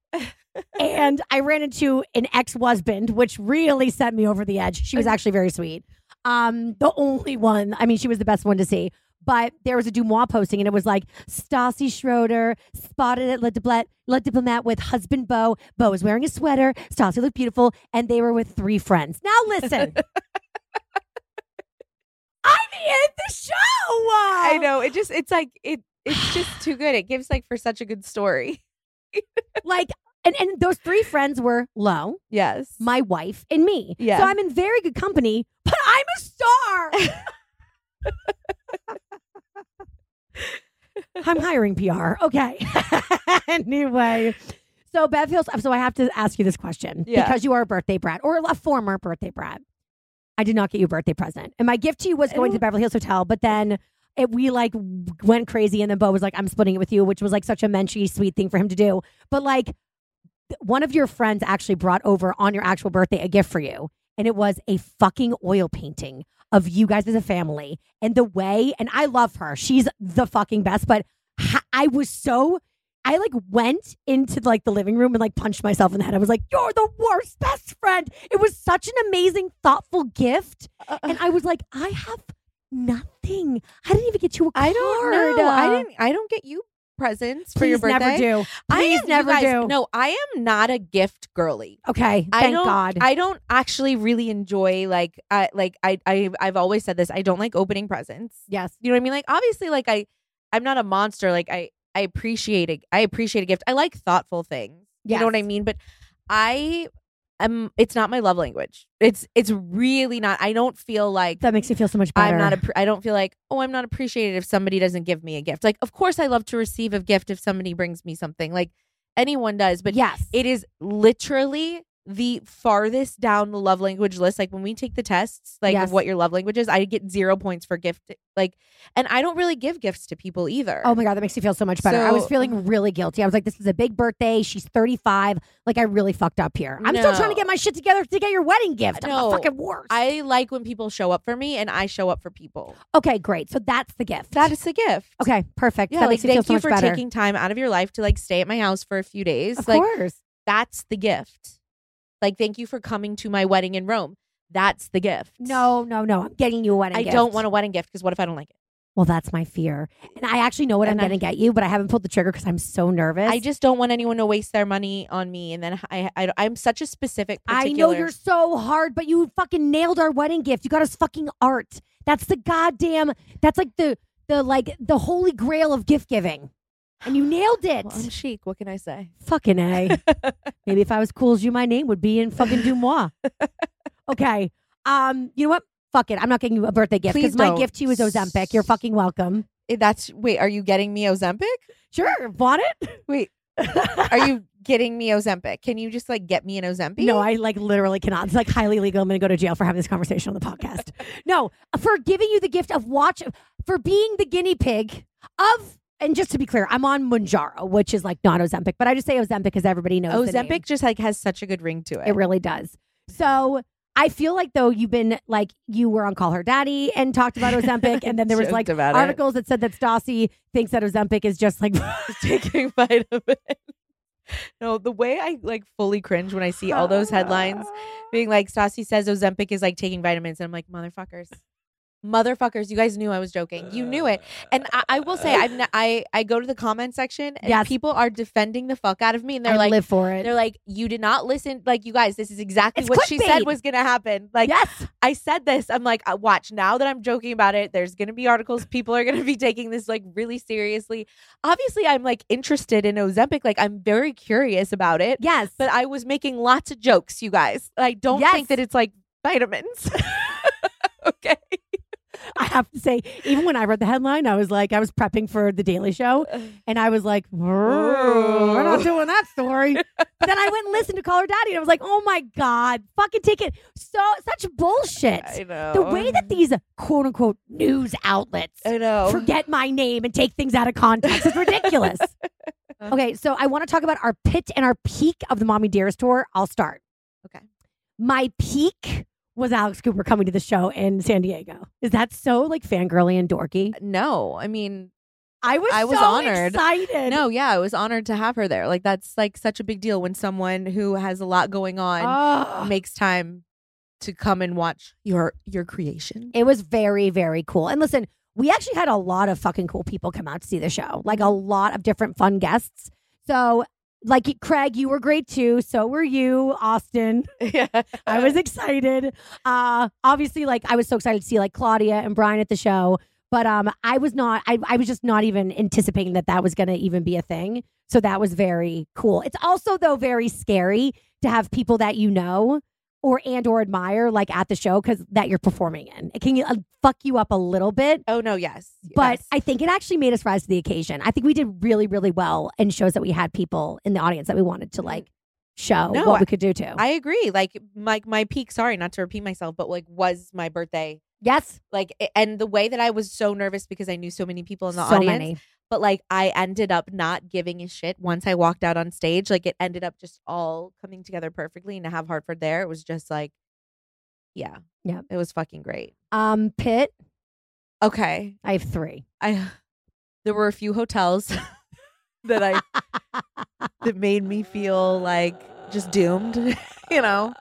and I ran into an ex husband, which really set me over the edge. She was actually very sweet. Um, the only one, I mean, she was the best one to see. But there was a Dumois posting and it was like Stassi Schroeder spotted at Le, Diplomat, Le Diplomat with husband Bo. Bo is wearing a sweater. Stassi looked beautiful. And they were with three friends. Now listen. I need the show. I know it just it's like it it's just too good. It gives like for such a good story. Like, and, and those three friends were low. Yes. my wife, and me. Yeah. So I'm in very good company, but I'm a star. I'm hiring PR. Okay. anyway. So Bev Hills, so I have to ask you this question Yeah. because you are a birthday brat or a former birthday brat. I did not get you a birthday present. And my gift to you was going to the Beverly Hills Hotel, but then it, we like went crazy and then Bo was like, I'm splitting it with you, which was like such a menschy sweet thing for him to do. But like one of your friends actually brought over on your actual birthday a gift for you, and it was a fucking oil painting of you guys as a family. And the way, and I love her, she's the fucking best. But ha- I was so, I like went into like the living room and like punched myself in the head. I was like, "You're the worst best friend." It was such an amazing, thoughtful gift, Uh, and I was like, "I have nothing. I didn't even get you a card." I don't know. I Uh, didn't I don't get you presents for Please your birthday. never do. Please I am, never you guys, do. No, I am not a gift girly. Okay. I Thank don't, God. I don't actually really enjoy like I like I, I I've always said this. I don't like opening presents. yes. You know what I mean? Like obviously, like I I'm not a monster. Like I I appreciate it. I appreciate a gift. I like thoughtful things. You know what I Yes. mean? But I um, it's not my love language. It's it's really not. I don't feel like That makes me feel so much better. I'm not. Appre- I don't feel like oh, I'm not appreciated if somebody doesn't give me a gift. Like, of course, I love to receive a gift if somebody brings me something. Like anyone does, but yes, it is literally the farthest down the love language list. Like when we take the tests, like Yes. of what your love language is, I get zero points for gift. Like, and I don't really give gifts to people either. Oh my God, that makes me feel so much better. I was So- feeling really guilty. I was like, this is a big birthday. She's 35. Like, I really fucked up here. I'm still trying to No. get my shit together to get your wedding gift. I'm No. the fucking worst. I like when people show up for me, and I show up for people. okay, great. So that's the gift. That is the gift. okay, perfect. Yeah, that like, makes me feel thank so you much for better. taking time out of your life to like stay at my house for a few days. of like course. that's the gift. Like thank you for coming to my wedding in Rome. That's the gift. No, no, no. I'm getting you a wedding I gift. don't want a wedding gift because what if I don't like it? Well, that's my fear. And I actually know what And I'm I- going to get you, but I haven't pulled the trigger because I'm so nervous. I just don't want anyone to waste their money on me. And then I, I I'm such a specific. I know particular- you're so hard, but you fucking nailed our wedding gift. You got us fucking art. That's the goddamn. That's like the the like the holy grail of gift giving, and you nailed it. Well, I'm chic. What can I say? fucking a. Maybe if I was cool as you, my name would be in fucking Dumois. okay. Um. You know what? Fuck it. I'm not getting you a birthday gift Please because my don't. gift to you is Ozempic. You're fucking welcome. Eh, That's wait. Are you getting me Ozempic? Sure. Want it? Wait. are you getting me Ozempic? Can you just like get me an Ozempic? No, I like literally cannot. It's like highly legal. I'm going to go to jail for having this conversation on the podcast. no, for giving you the gift of watch, for being the guinea pig of, and just to be clear, I'm on Munjaro, which is like not Ozempic, but I just say Ozempic because everybody knows. the name. Ozempic just like has such a good ring to it. It really does. So I feel like though you've been like you were on Call Her Daddy and talked about Ozempic, and then there was Joked like about it. articles that said that Stassi thinks that Ozempic is just like taking vitamins. No, the way I like fully cringe when I see all those headlines being like Stassi says Ozempic is like taking vitamins, and I'm like, motherfuckers, motherfuckers, you guys knew I was joking. You knew it, and I, I will say, I've n- I I go to the comment section, and Yes. people are defending the fuck out of me, and they're I like. live for it. they're like, you did not listen. Like, you guys, this is exactly It's what she said clickbait. was going to happen. Like, yes, I said this. I'm like, uh, watch now that I'm joking about it. There's going to be articles. People are going to be taking this like really seriously. Obviously, I'm like interested in Ozempic. Like, I'm very curious about it. yes. But I was making lots of jokes, you guys. I don't Yes. think that it's like vitamins. okay. I have to say, even when I read the headline, I was like, I was prepping for the Daily Show, and I was like, we're not doing that story. but then I went and listened to Call Her Daddy, and I was like, oh my god, fucking take it. So such bullshit. know. the way that these quote unquote news outlets I know. forget my name and take things out of context is ridiculous. okay, so I want to talk about our pit and our peak of the Mommy Dearest tour. I'll start. Okay. My peak was Alex Cooper coming to the show in San Diego. Is that so like fangirly and dorky? No, I mean, I was I was so honored. excited. no, yeah, I was honored to have her there. Like, that's like such a big deal when someone who has a lot going on Oh. makes time to come and watch your your creation. It was very, very cool. And listen, we actually had a lot of fucking cool people come out to see the show, like a lot of different fun guests. So, like Craig, you were great too. So were you, Austin. yeah. I was excited. Uh, obviously, like I was so excited to see like Claudia and Brian at the show, but um, I was not. I, I was just not even anticipating that that was going to even be a thing. So that was very cool. It's also though very scary to have people that you know or and or admire like at the show because that you're performing in. It can uh, fuck you up a little bit. Oh no, yes. But yes. I think it actually made us rise to the occasion. I think we did really, really well in shows that we had people in the audience that we wanted to like show Mm-hmm. No, what we could do too. I agree. Like my my peak, sorry, not to repeat myself, but like was my birthday. yes, Like a- and the way that I was so nervous because I knew so many people in the so audience. many. But like I ended up not giving a shit once I walked out on stage. Like it ended up just all coming together perfectly. And to have Hartford there, it was just like Yeah. Yeah. It was fucking great. Um, Pitt, Okay. I have three. I there were a few hotels that I that made me feel like just doomed. you know,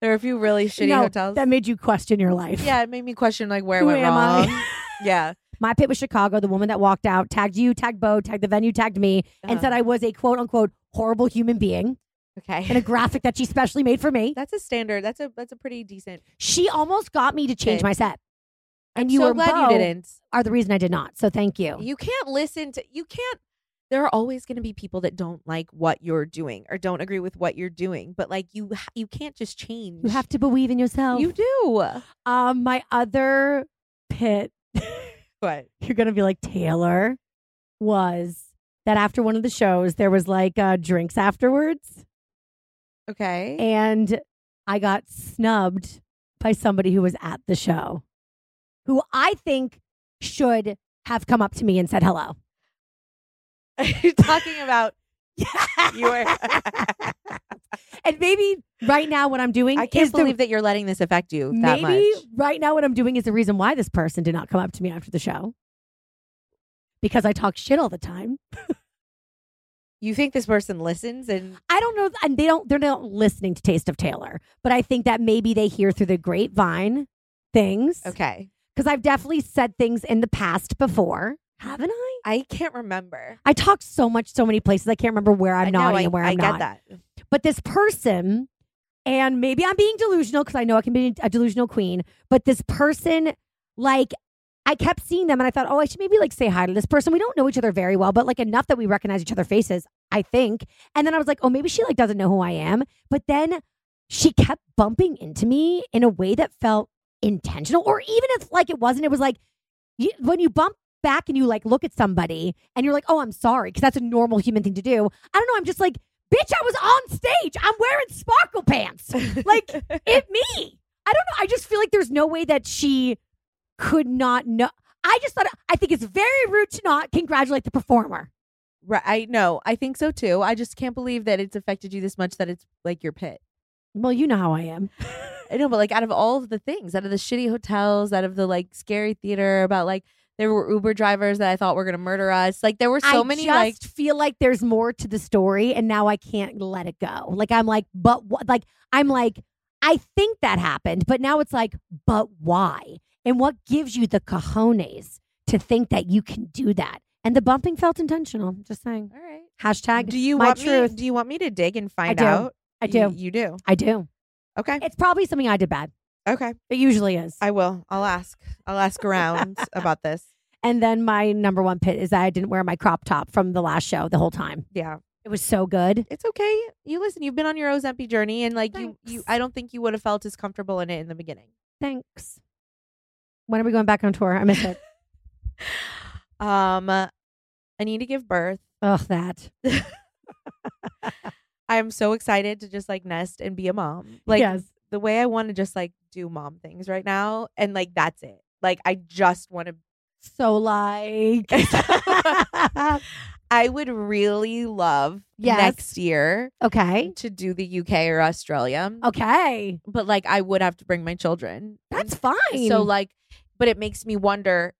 there were a few really shitty No, hotels. That made you question your life. yeah, it made me question like where Who I went am wrong. I? yeah, My pit was Chicago. The woman that walked out tagged you, tagged Bo, tagged the venue, tagged me, and Uh-huh. said I was a quote unquote horrible human being in okay. a graphic that she specially made for me. That's a standard. That's a that's a pretty decent. She almost got me to change Pit. my set. And you so were glad Bo you didn't. are the reason I did not. So thank you. You can't listen to. You can't. there are always going to be people that don't like what you're doing or don't agree with what you're doing, but like you ha- you can't just change. You have to believe in yourself. You do. um, my other pit, But you're gonna be like Taylor, was that after one of the shows there was like uh, drinks afterwards, okay. and I got snubbed by somebody who was at the show, who I think should have come up to me and said hello. You're talking about Yeah. you are. and maybe right now what I'm doing I can't is the- believe that you're letting this affect you that maybe much. right now what I'm doing is the reason why this person did not come up to me after the show. Because I talk shit all the time. You think this person listens and I don't know and they don't they're not listening to Taste of Taylor, but I think that maybe they hear through the grapevine things. okay. Cuz I've definitely said things in the past before, haven't I? I can't remember. I talk so much so many places I can't remember where I'm I know, naughty I, and where I'm I not. get that. but this person and maybe i'm being delusional because i know i can be a delusional queen but this person like i kept seeing them and i thought oh i should maybe like say hi to this person we don't know each other very well but like enough that we recognize each other faces i think and then i was like oh maybe she like doesn't know who i am but then she kept bumping into me in a way that felt intentional or even if like it wasn't it was like you, when you bump back and you like look at somebody and you're like oh i'm sorry because that's a normal human thing to do i don't know i'm just like bitch i was on stage i'm wearing sparkle pants like it me i don't know i just feel like there's no way that she could not know i just thought i think it's very rude to not congratulate the performer Right. I know. I think so too. I just can't believe that it's affected you this much that it's like your pit. well you know how i am I know, but like out of all of the things, out of the shitty hotels, out of the like scary theater, about like there were Uber drivers that I thought were gonna murder us. Like there were so I many just like feel like there's more to the story, and now I can't let it go. Like I'm like, but what? Like I'm like, I think that happened, but now it's like, but why? And what gives you the cojones to think that you can do that? And the bumping felt intentional. Just saying. all right. Hashtag. Do you my want truth. me do you want me to dig and find do. out? I You- do. You, do. I do. Okay. It's probably something I did bad. Okay. It usually is. I will. I'll ask. I'll ask around about this. and then my number one pit is that I didn't wear my crop top from the last show the whole time. Yeah. It was so good. It's okay. You listen, you've been on your Ozempi journey and like you you Thanks. I don't think you would have felt as comfortable in it in the beginning. Thanks. When are we going back on tour? I miss it. Um I need to give birth. Ugh, that. I'm so excited to just like nest and be a mom. Like yes. the way I want to just like do mom things right now and like that's it. Like I just want to So like I would really love Yes. next year Okay. to do the UK or Australia. Okay. But like I would have to bring my children. That's fine. So like, but it makes me wonder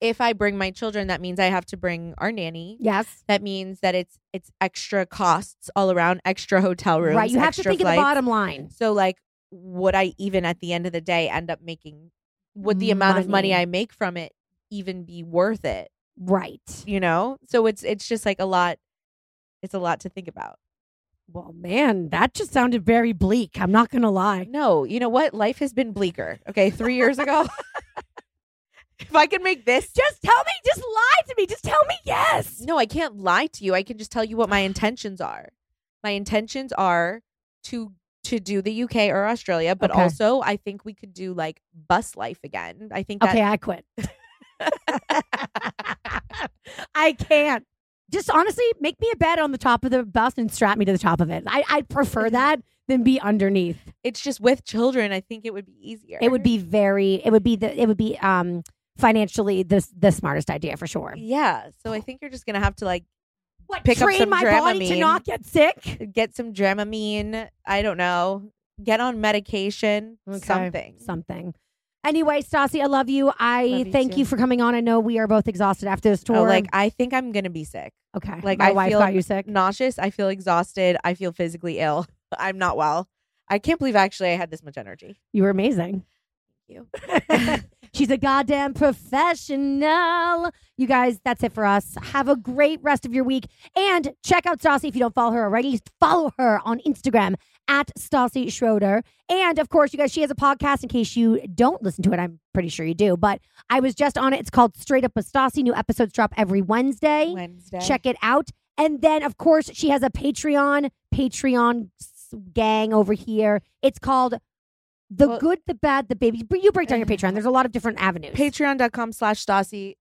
if I bring my children, that means I have to bring our nanny. yes. That means that it's it's extra costs all around, extra hotel rooms. Right. You have to extra think of the flights. bottom line. So like, would I even at the end of the day end up making would the amount of money Money. I make from it even be worth it? Right. You know? So it's it's just like a lot it's a lot to think about. Well, man, that just sounded very bleak. I'm not gonna lie. No, you know what? Life has been bleaker. Okay, three years ago. if I can make this Just tell me, just lie to me. Just tell me yes. No, I can't lie to you. I can just tell you what my intentions are. My intentions are to to do the UK or Australia, but Okay. also I think we could do like bus life again. I think Okay, that I quit. I can't. Just honestly, make me a bed on the top of the bus and strap me to the top of it. I, I'd prefer that than be underneath. it's just with children. I think it would be easier. It would be very. It would be the. It would be um financially the the smartest idea for sure. yeah. So I think you're just gonna have to like What Pick up train some my body to Dramamine. not get sick? get some Dramamine. I don't know. Get on medication. Okay. Something. Something. Anyway, Stassi, I love you. I Love you thank too. you for coming on. I know we are both exhausted after this tour. Oh, like I think I'm gonna be sick. okay, like, my I wife feel- got you sick. Nauseous. I feel exhausted. I feel physically ill. I'm not well. I can't believe actually I had this much energy. You were amazing. you. She's a goddamn professional. You guys, that's it for us. Have a great rest of your week. And check out Stassi if you don't follow her already. Follow her on Instagram at Stassi Schroeder. And of course, you guys, she has a podcast in case you don't listen to it. I'm pretty sure you do, but I was just on it. It's called Straight Up with Stassi. New episodes drop every Wednesday. Wednesday. Check it out. And then, of course, she has a Patreon, Patreon s- gang over here. It's called The Well- Good, the Bad, the Baby. But You break down your Patreon. There's a lot of different avenues. patreon.com slash Stassi,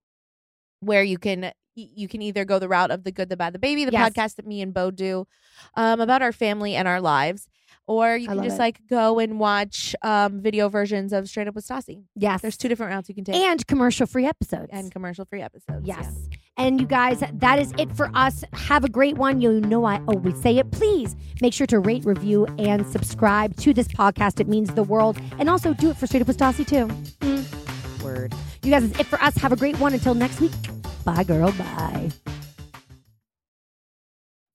where you can y- you can either go the route of the good, the bad, the baby, the Yes. podcast that me and Bo do um, about our family and our lives. Or you I can love just it. like go and watch um, video versions of Straight Up with Stassi. yes. There's two different routes you can take and commercial free episodes. and commercial free episodes. yeah. Yes. And you guys, that is it for us. Have a great one. You know, I always say it. Please make sure to rate, review, and subscribe to this podcast. It means the world. And also do it for Straight Up with Stassi, too. Mm. Word. You guys, it's it for us. Have a great one. Until next week. Bye, girl. Bye.